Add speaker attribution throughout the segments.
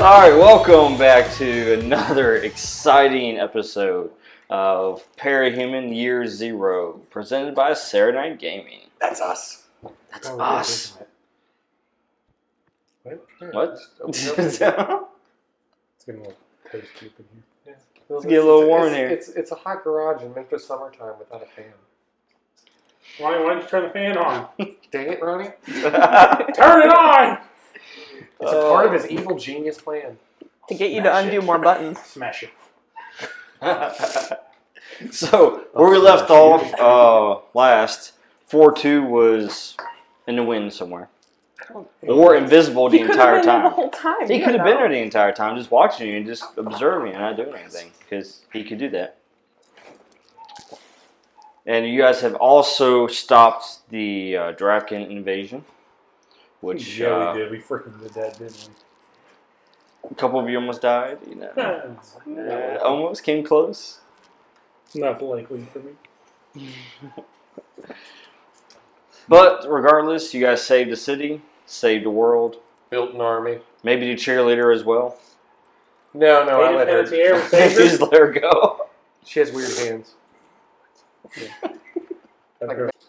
Speaker 1: All right, welcome back to another exciting episode of Parahuman Year Zero, presented by Serenite Gaming.
Speaker 2: That's us.
Speaker 1: That's
Speaker 3: Oh, yeah,
Speaker 1: us.
Speaker 3: isn't it? Wait,
Speaker 1: What?
Speaker 3: Let's open
Speaker 1: Let's
Speaker 3: it
Speaker 1: get
Speaker 3: up.
Speaker 1: a
Speaker 3: It's getting a little toasty up in here.
Speaker 1: little warm
Speaker 3: it's,
Speaker 1: here.
Speaker 3: It's, it's a hot garage in Memphis summertime without a fan.
Speaker 4: Why, why don't you turn the fan on?
Speaker 3: Dang it, Ronnie. It's
Speaker 4: Turn it on!
Speaker 3: a
Speaker 1: Oh.
Speaker 3: part of his evil genius plan.
Speaker 5: to get you to undo more buttons.
Speaker 4: Smash it.
Speaker 1: so where we left off uh, last, four two was in the wind somewhere, or invisible the
Speaker 5: He could have
Speaker 1: entire
Speaker 5: been there the
Speaker 1: time.
Speaker 5: whole time.
Speaker 1: He
Speaker 5: you
Speaker 1: could
Speaker 5: don't
Speaker 1: have been
Speaker 5: know.
Speaker 1: there the entire time, just watching you and just observing and not doing anything because he could do that. And you guys have also stopped the uh, Draken invasion, which
Speaker 4: Yeah,
Speaker 1: uh,
Speaker 4: we did. We freaking did that, didn't
Speaker 1: a couple of you almost died. You know,
Speaker 4: we?
Speaker 1: Uh, almost came close.
Speaker 4: Not likely for me.
Speaker 1: But regardless, you guys saved the city, saved the world,
Speaker 3: Built an army.
Speaker 1: maybe the cheerleader as well.
Speaker 3: No,
Speaker 4: Oh,
Speaker 3: no, I let
Speaker 4: Painted
Speaker 3: her.
Speaker 4: Panettiere,
Speaker 1: Just
Speaker 4: favorite.
Speaker 1: let her go.
Speaker 3: She has weird hands.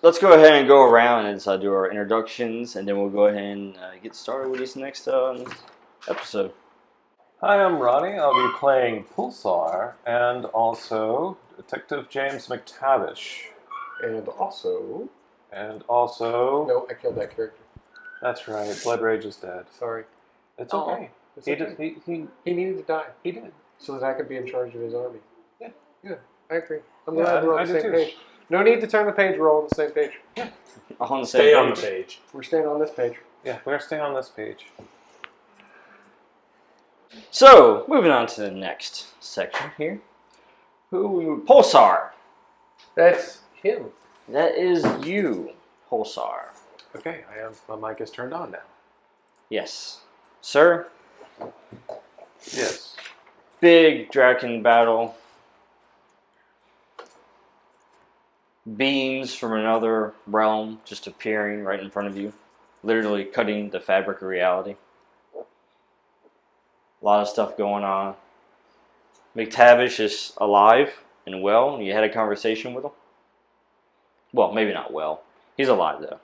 Speaker 1: Let's go ahead and go around and uh, do our introductions, and then we'll go ahead and uh, get started with this next um, episode.
Speaker 6: Hi, I'm Ronnie. I'll be playing Pulsar and also Detective James McTavish.
Speaker 3: And also.
Speaker 6: And also,
Speaker 3: No, I killed that character.
Speaker 6: that's right, Blood Rage is dead.
Speaker 3: Sorry.
Speaker 6: It's
Speaker 5: Oh.
Speaker 6: okay.
Speaker 3: It's
Speaker 6: He,
Speaker 3: okay.
Speaker 6: did, he, he,
Speaker 3: He needed to die
Speaker 6: he did.
Speaker 3: so that I could be in charge of his army.
Speaker 6: Yeah.
Speaker 3: Yeah, I agree. I'm
Speaker 6: Yeah,
Speaker 3: glad we're on
Speaker 6: I- I
Speaker 3: the
Speaker 6: do
Speaker 3: same
Speaker 6: too.
Speaker 3: page. No need to turn the page, we're all on the same page.
Speaker 1: On the same
Speaker 4: Stay on the
Speaker 1: page.
Speaker 4: page.
Speaker 3: We're staying on this page.
Speaker 6: Yeah, we're staying on this page.
Speaker 1: So, moving on to the next section here. Who Pulsar?
Speaker 3: That's him.
Speaker 1: That is you, Pulsar.
Speaker 6: Okay, I have my mic is turned on now.
Speaker 1: Yes, sir.
Speaker 6: Yes.
Speaker 1: Big dragon battle. Beams from another realm just appearing right in front of you, literally cutting the fabric of reality. A lot of stuff going on. McTavish is alive and well. You had a conversation with him. Well, maybe not well. He's alive though.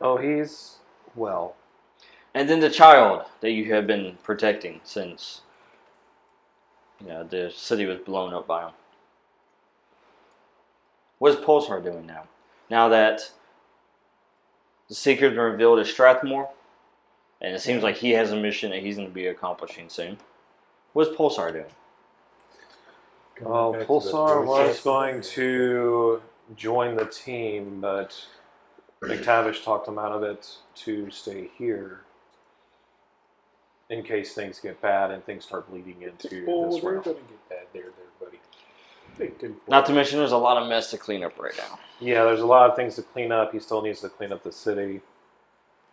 Speaker 6: Oh, he's well.
Speaker 1: And then the child that you have been protecting since you know the city was blown up by him. What is Pulsar doing now? Now that the secret's been revealed as Strathmore, and it seems like he has a mission that he's going to be accomplishing soon. What is Pulsar doing?
Speaker 6: Oh,
Speaker 3: back to the
Speaker 6: Pulsar was
Speaker 3: voices.
Speaker 6: going to join the team, but McTavish talked him out of it to stay here in case things get bad and things start bleeding into
Speaker 4: Well,
Speaker 6: this
Speaker 4: we're
Speaker 6: realm.
Speaker 4: going to get bad there, there, buddy. They did
Speaker 1: Not to mention, there's a lot of mess to clean up right now.
Speaker 6: Yeah, there's a lot of things to clean up. He still needs to clean up the city.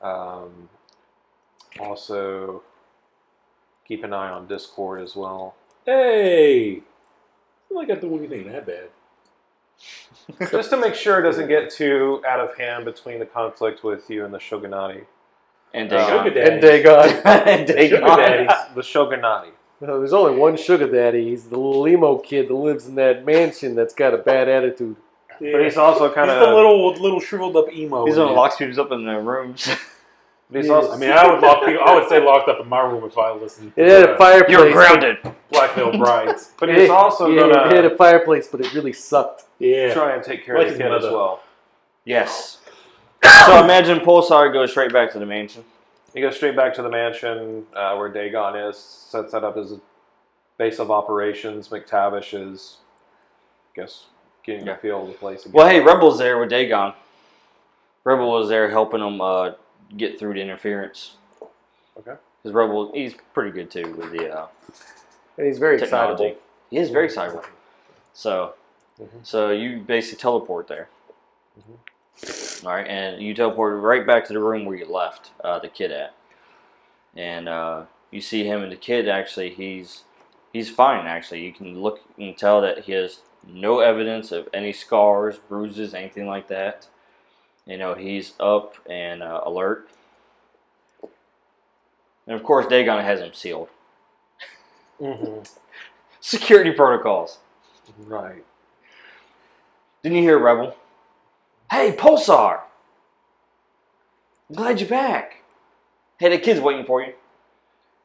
Speaker 6: Um, also, keep an eye on Discord as well.
Speaker 4: Hey! Well, I got the one thing that bad.
Speaker 6: Just to make sure it doesn't get too out of hand between the conflict with you and the Shogunati.
Speaker 1: And um,
Speaker 6: Uh,
Speaker 1: Dagon.
Speaker 4: Sugar daddy.
Speaker 2: And Dagon.
Speaker 1: and
Speaker 6: Sugar
Speaker 1: Dagon.
Speaker 6: daddies, the Shogunati.
Speaker 2: No, there's only one sugar daddy. He's the little limo kid that lives in that mansion that's got a bad attitude.
Speaker 4: Yeah.
Speaker 6: But he's also kind of.
Speaker 4: He's the little, little shriveled up emo.
Speaker 1: He's
Speaker 4: in
Speaker 1: gonna
Speaker 4: it.
Speaker 1: lock people up in their rooms.
Speaker 6: But he's also.
Speaker 4: I mean, I would lock people. I would say locked up in my room if I listened.
Speaker 2: It had a
Speaker 4: uh,
Speaker 2: fireplace.
Speaker 1: You're grounded.
Speaker 4: Black Veil Brides.
Speaker 6: but
Speaker 2: It-
Speaker 6: he's also
Speaker 2: yeah,
Speaker 6: gonna uh,
Speaker 2: it had a fireplace, but it really sucked.
Speaker 4: Yeah.
Speaker 6: try and take care
Speaker 4: Like
Speaker 6: of
Speaker 4: his
Speaker 6: the kid as
Speaker 4: mother.
Speaker 6: well.
Speaker 1: Yes. so imagine Pulsar goes straight back to the mansion.
Speaker 6: He goes straight back to the mansion uh, where Dagon is, sets that up as a base of operations. McTavish is, I guess, getting
Speaker 1: Yeah.
Speaker 6: the feel of the place again.
Speaker 1: Well, hey, Rebel's there with Dagon. Rebel was there helping him uh, get through the interference.
Speaker 6: Okay.
Speaker 1: Because Rebel, he's pretty good too with the uh,
Speaker 2: And he's very
Speaker 1: technology.
Speaker 2: excitable.
Speaker 1: He is very excitable. So,
Speaker 6: Mhm.
Speaker 1: so you basically teleport there.
Speaker 6: Mhm.
Speaker 1: All right, and you teleport right back to the room where you left uh, the kid at, and uh, you see him and the kid. Actually, he's he's fine. Actually, you can look and tell that he has no evidence of any scars, bruises, anything like that. You know, he's up and uh, alert. And of course, Dagon has him sealed.
Speaker 6: Mm-hmm.
Speaker 1: Security protocols.
Speaker 6: Right.
Speaker 1: Didn't you hear, Rebel? Hey, Pulsar! I'm glad you're back. Hey, the kid's waiting for you.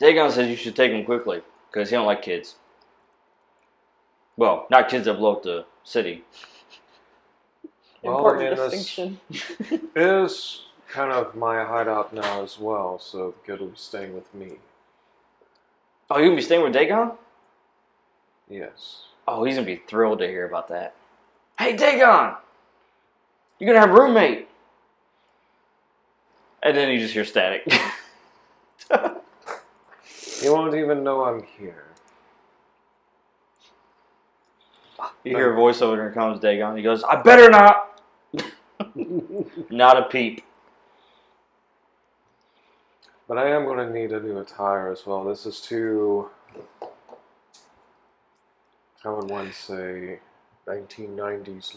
Speaker 1: Dagon says you should take him quickly, because he don't like kids. Well, not kids that blow up the city.
Speaker 6: Well,
Speaker 5: Important
Speaker 6: and then this-
Speaker 5: distinction.
Speaker 6: Is kind of my hideout now as well, so the kid will be staying with me.
Speaker 1: Oh, you gonna be staying with Dagon?
Speaker 6: Yes.
Speaker 1: Oh, he's gonna be thrilled to hear about that. Hey, Dagon! You're gonna have a roommate! And then you just hear static.
Speaker 6: He won't even know I'm here.
Speaker 1: You hear a voice over there and comes Dagon. He goes, I better not. not a peep.
Speaker 6: But I am going to need a new attire as well. This is too. How would one say?
Speaker 3: 1990s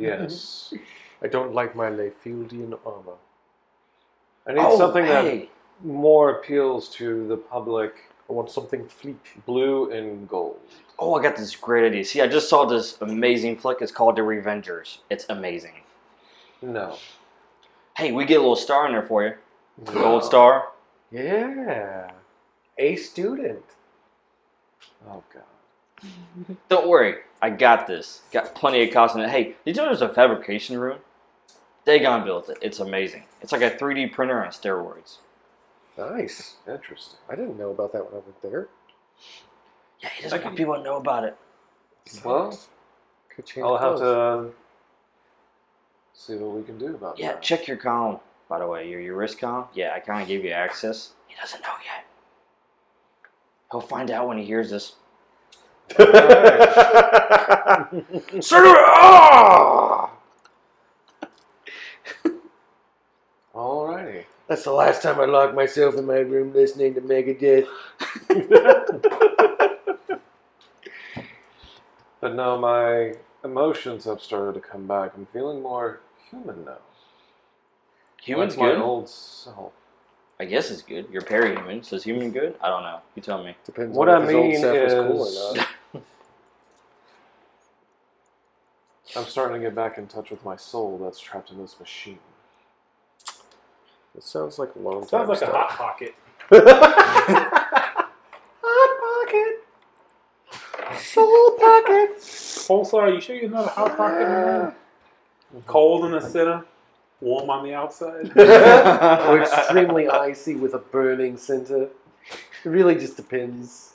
Speaker 6: Yes.
Speaker 3: I don't like my Layfieldian armor.
Speaker 6: I
Speaker 1: Oh,
Speaker 6: need something that more appeals to the public.
Speaker 3: I want something fleek.
Speaker 6: Blue and gold.
Speaker 1: Oh, I got this great idea. See, I just saw this amazing flick. It's called The Revengers. It's amazing.
Speaker 6: No.
Speaker 1: Hey, we get a little star in there for you.
Speaker 6: No.
Speaker 1: Gold star.
Speaker 3: Yeah. A student.
Speaker 6: Oh god.
Speaker 1: Don't worry. I got this. Got plenty of costume. Hey, did you know there's a fabrication room? Dagon built it. It's amazing. It's like a 3D printer on steroids.
Speaker 3: Nice.
Speaker 6: Interesting.
Speaker 3: I didn't know about that when I went there.
Speaker 1: Yeah, he doesn't want people to know about it.
Speaker 6: Well,
Speaker 3: Could change
Speaker 6: I'll have
Speaker 3: clothes.
Speaker 6: to see what we can do about
Speaker 1: Yeah,
Speaker 6: that.
Speaker 1: check your column. By the way, your your wrist column. Yeah, I kind of gave you access. He doesn't know yet. He'll find out when he hears this. Sir, ah!
Speaker 6: Alrighty.
Speaker 2: That's the last time I locked myself in my room listening to Megadeth.
Speaker 6: But no, my emotions have started to come back. I'm feeling more human now.
Speaker 1: Human's
Speaker 6: like
Speaker 1: good.
Speaker 6: my old self.
Speaker 1: I guess it's good. You're parahuman, so is human good? I don't know. You tell me.
Speaker 3: Depends
Speaker 6: What
Speaker 3: on
Speaker 6: I
Speaker 3: if his old
Speaker 6: mean
Speaker 3: self is cool or
Speaker 6: is-
Speaker 3: not.
Speaker 6: I'm starting to get back in touch with my soul that's trapped in this machine.
Speaker 3: It sounds like a long time.
Speaker 4: Sounds like a
Speaker 3: stuff.
Speaker 4: hot pocket. Pulsar, you sure you're not a hot pocket? man? Cold in the center, warm on the outside.
Speaker 2: Or extremely icy with a burning center. It really just depends.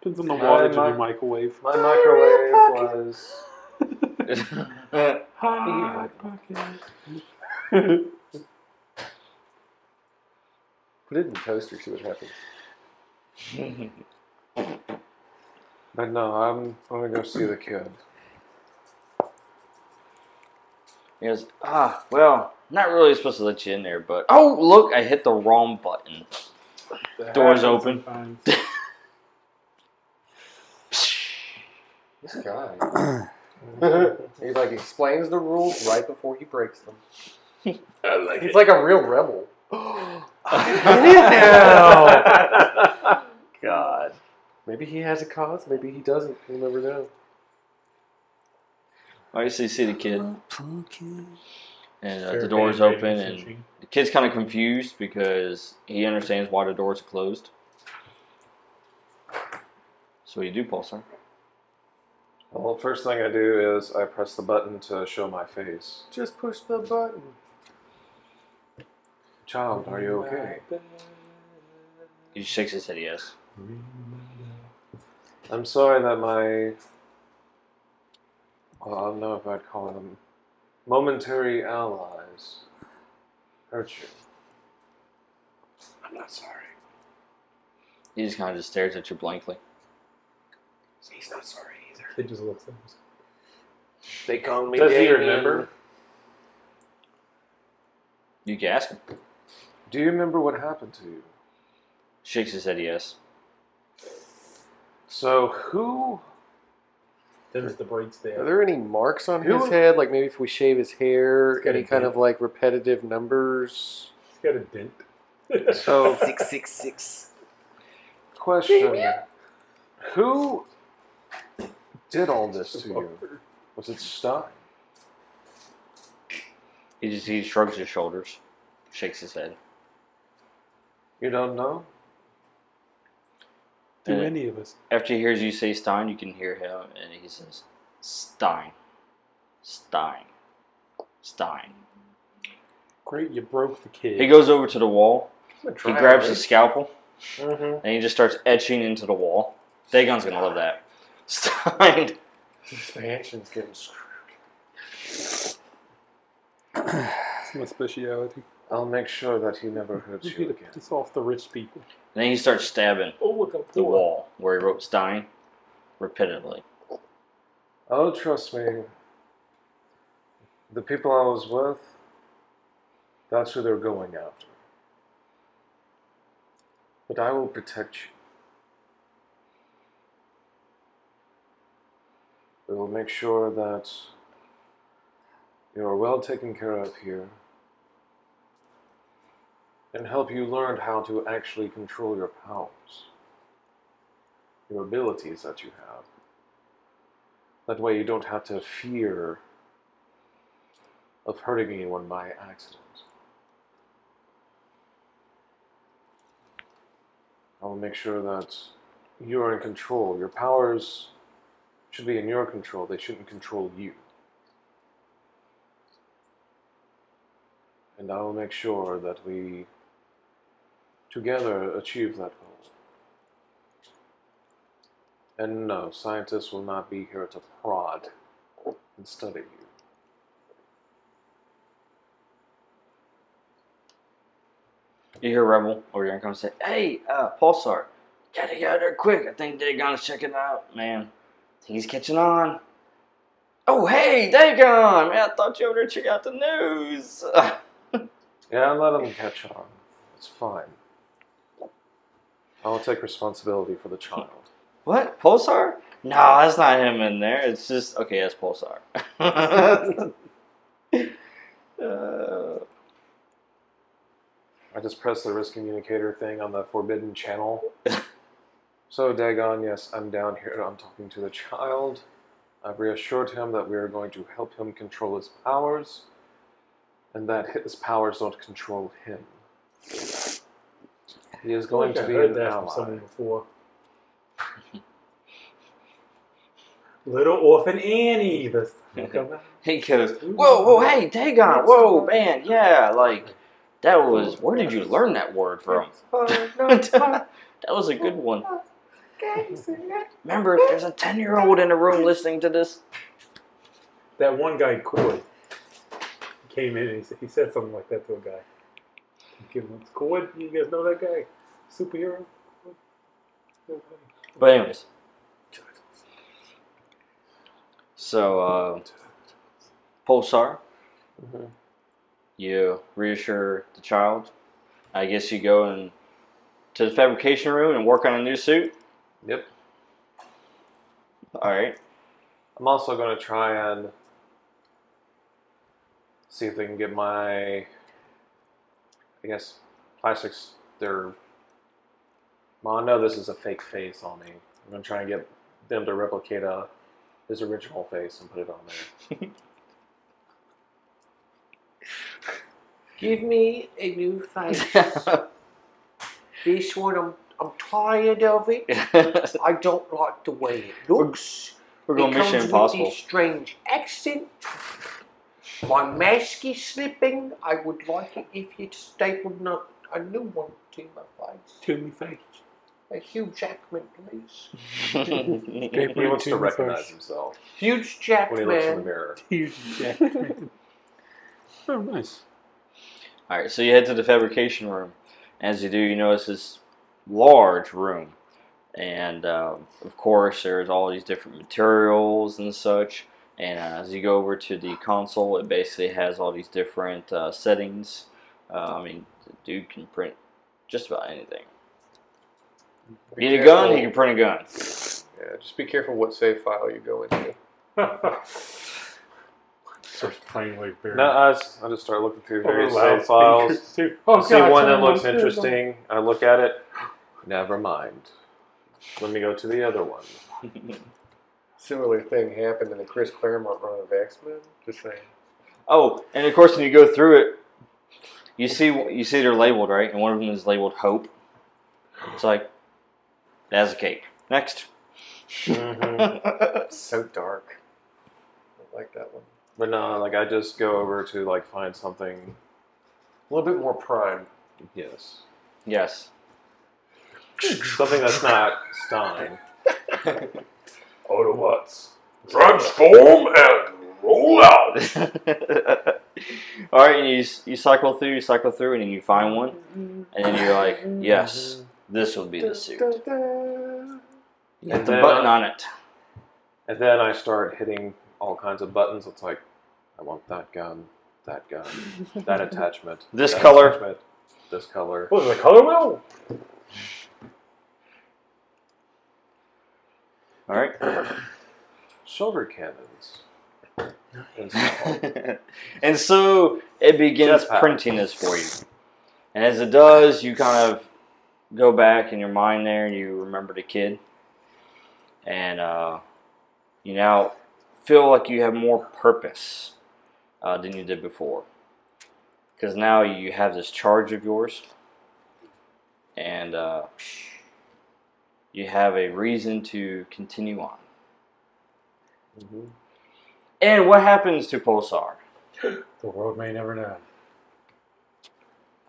Speaker 4: Depends on the water
Speaker 6: Hi,
Speaker 4: to your
Speaker 6: Mike.
Speaker 4: microwave.
Speaker 6: My microwave was.
Speaker 4: Hot pocket.
Speaker 3: Put it in the toaster, see what happens.
Speaker 6: But no, I'm, I'm gonna go see the kid.
Speaker 1: He goes, ah, well, not really supposed to let you in there, but oh, look, I hit the wrong button.
Speaker 4: That
Speaker 1: Doors
Speaker 4: happens
Speaker 1: open.
Speaker 4: sometimes.
Speaker 3: This guy. he like explains the rules right before he breaks them.
Speaker 4: I like
Speaker 3: He's like a real rebel.
Speaker 1: God.
Speaker 3: Maybe he has a cause, maybe he doesn't. We'll never know.
Speaker 1: I see, see the kid, and uh, the door's open, and the kid's kind of confused because he understands why the doors are closed. So you do, Pulsar.
Speaker 6: Well, first thing I do is I press the button to show my face.
Speaker 3: Just push the button.
Speaker 6: Child, are you okay?
Speaker 1: He shakes his head yes.
Speaker 6: I'm sorry that my. Well, I don't know if I'd call them momentary allies hurt you.
Speaker 4: I'm not sorry.
Speaker 1: He just kind of just stares at you blankly.
Speaker 4: He's not sorry either. He just looks at us.
Speaker 2: They call me
Speaker 6: Does he
Speaker 2: Dagon.
Speaker 6: remember?
Speaker 1: You can ask him.
Speaker 6: Do you remember what happened to you?
Speaker 1: Shakes his head yes.
Speaker 6: So who?
Speaker 4: There's the breaks
Speaker 3: Are
Speaker 4: there.
Speaker 3: there any marks on
Speaker 6: Who-
Speaker 3: his head? Like maybe if we shave his hair,
Speaker 4: It's got
Speaker 3: any
Speaker 4: a
Speaker 3: kind
Speaker 4: dent.
Speaker 3: of like repetitive numbers?
Speaker 4: He's got a dent.
Speaker 6: So,
Speaker 7: Six six six.
Speaker 6: question: Who did all this to you? Was it Stein?
Speaker 1: He just he shrugs his shoulders, shakes his head.
Speaker 6: You don't know?
Speaker 4: Do
Speaker 1: Yeah.
Speaker 4: any of us?
Speaker 1: After he hears you say Stein, you can hear him, and he says, "Stein, Stein, Stein."
Speaker 4: Great, you broke the kid.
Speaker 1: He goes over to the wall. He grabs a scalpel
Speaker 3: Mm-hmm.
Speaker 1: and he just starts etching into the wall. Dagon's gonna love that. Stein.
Speaker 3: Expansion's getting screwed.
Speaker 4: That's my speciality.
Speaker 6: I'll make sure that he never hurts
Speaker 4: You
Speaker 6: you
Speaker 4: get
Speaker 6: again.
Speaker 4: this off the rich people.
Speaker 1: And then he starts stabbing
Speaker 4: Oh, look up
Speaker 1: the wall where he wrote Stein repeatedly.
Speaker 6: Oh, trust me. The people I was with, that's who they're going after. But I will protect you. We will make sure that you are well taken care of here and help you learn how to actually control your powers, your abilities that you have. That way you don't have to fear of hurting anyone by accident. I will make sure that you are in control. Your powers should be in your control, they shouldn't control you. And I will make sure that we together achieve that goal. And no, scientists will not be here to prod and study you.
Speaker 1: You hear Rebel over there and comes and say, Hey, uh, Pulsar, gotta get out there quick. I think Dagon's checking out, man. He's catching on. Oh, hey, Dagon! Man, I thought you were there checking out the news.
Speaker 6: Yeah, let them catch on. It's fine. I'll take responsibility for the child.
Speaker 1: what? Pulsar? No, that's not him in there. It's just, okay, that's Pulsar. uh,
Speaker 6: I just pressed the risk communicator thing on the forbidden channel. so, Dagon, yes, I'm down here. I'm talking to the child. I've reassured him that we are going to help him control his powers and that his powers don't control him. He is going to be
Speaker 4: heard
Speaker 6: an
Speaker 4: that
Speaker 6: ally.
Speaker 4: from someone before. Little orphan Annie. This
Speaker 1: he goes, Whoa, whoa, hey, Dagon! Whoa, man, yeah, like, that was, where did you learn that word from? that was a good one. Remember, there's a 10 year old in the room listening to this.
Speaker 4: that one guy, Coy, came in and he said, he said something like that to a guy. Give him Coy. You guys know that guy, superhero.
Speaker 1: But, anyways. So, uh, Pulsar,
Speaker 6: Mhm.
Speaker 1: you reassure the child. I guess you go and to the fabrication room and work on a new suit.
Speaker 6: Yep.
Speaker 1: All right.
Speaker 6: I'm also going to try and see if they can get my, I guess, plastics. Their, well, I know this is a fake face on me. I'm going to try and get them to replicate uh his original face and put it on there.
Speaker 7: Give me a new face. Be sure I'm, I'm tired of it.
Speaker 1: We're
Speaker 7: I don't like the way it looks.
Speaker 1: going
Speaker 7: it
Speaker 1: Mission
Speaker 7: comes With
Speaker 1: Impossible.
Speaker 7: this strange accent. My mask is slipping. I would like it if you'd stapled not a new one to my face.
Speaker 4: To me face.
Speaker 7: A Hugh Jackman, please.
Speaker 6: He wants to recognize himself
Speaker 7: Hugh
Speaker 6: when he looks in the
Speaker 7: Jackman.
Speaker 6: mirror.
Speaker 4: Huge Jackman. oh, nice.
Speaker 1: All right, so you head to the fabrication room. As you do, you notice this large room, and uh, of course, there's all these different materials and such. And uh, as you go over to the console, it basically has all these different uh, settings. Uh, I mean, the dude can print just about anything.
Speaker 3: Be
Speaker 1: Need a gun?
Speaker 3: careful.
Speaker 1: He can print a gun.
Speaker 3: Yeah, just be careful what save file you go into.
Speaker 4: Starts playing like very
Speaker 6: No, I, s- I just start looking through
Speaker 4: over
Speaker 6: various Oh, save
Speaker 4: loudspeakers,
Speaker 6: files.
Speaker 4: too.
Speaker 6: I see
Speaker 4: Oh, God,
Speaker 6: one that
Speaker 4: someone
Speaker 6: looks
Speaker 4: said
Speaker 6: interesting. I look at it. Never mind. Let me go to the other one.
Speaker 3: Similar thing happened in the Chris Claremont run of X Men. Just saying.
Speaker 1: Oh, and of course, when you go through it, you see you see they're labeled right, and one of them is labeled Hope. It's like that's a cake. Next,
Speaker 3: It's so dark. I like that one.
Speaker 6: But no, like I just go over to like find something.
Speaker 3: A little bit more prime.
Speaker 6: Yes,
Speaker 1: yes,
Speaker 6: something that's not Stein.
Speaker 4: Autobots, transform and roll out.
Speaker 1: all right, and you s- you cycle through, you cycle through, and then you find one, and then you're like, yes, this will be the suit. Hit the
Speaker 6: then,
Speaker 1: button
Speaker 6: uh,
Speaker 1: on it.
Speaker 6: And then I start hitting all kinds of buttons. It's like, I want that gun, that gun, that attachment,
Speaker 1: This
Speaker 6: that
Speaker 1: color.
Speaker 6: attachment, this color.
Speaker 4: What is the color wheel?
Speaker 1: All right.
Speaker 6: Shoulder cannons. And so-
Speaker 1: and so it begins
Speaker 6: Jetpack.
Speaker 1: printing this for you. And as it does, you kind of go back in your mind there and you remember the kid. And uh, you now feel like you have more purpose uh, than you did before. Because now you have this charge of yours. And uh, you have a reason to continue on.
Speaker 4: Mm-hmm.
Speaker 1: And what happens to Pulsar?
Speaker 4: The world may never know.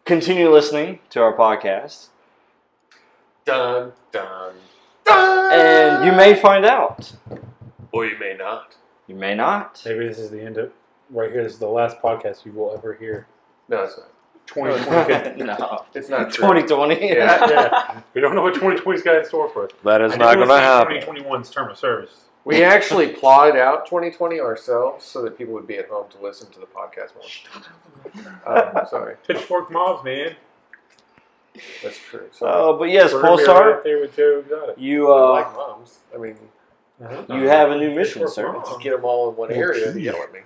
Speaker 1: continue listening to our podcast,
Speaker 7: Dun, dun.
Speaker 1: and you may find out.
Speaker 7: Or you may not.
Speaker 1: You may not.
Speaker 4: Maybe this is the end of right here. This is the last podcast you will ever hear.
Speaker 3: No, it's not.
Speaker 4: 2020.
Speaker 1: no.
Speaker 3: It's not true.
Speaker 1: 2020.
Speaker 3: Yeah.
Speaker 4: yeah, we don't know what 2020's got in store for us.
Speaker 6: that is
Speaker 4: I
Speaker 6: not
Speaker 4: do
Speaker 6: going to
Speaker 4: wanna
Speaker 6: happen.
Speaker 4: see 2021's term of service.
Speaker 3: We actually plotted out 2020 ourselves so that people would be at home to listen to the podcast more. Um, sorry,
Speaker 4: Pitchfork mobs, man.
Speaker 3: that's true. Sorry.
Speaker 1: Uh, but yes,
Speaker 4: We're gonna be
Speaker 1: Pulsar,
Speaker 4: right there with Joe Exotic.
Speaker 1: you
Speaker 3: I
Speaker 1: uh,
Speaker 3: like moms. I mean,
Speaker 1: you have a new mission,
Speaker 4: Uh-huh. Pitchfork
Speaker 1: sir.
Speaker 4: mobs.
Speaker 3: just get them all in one area and yell at me.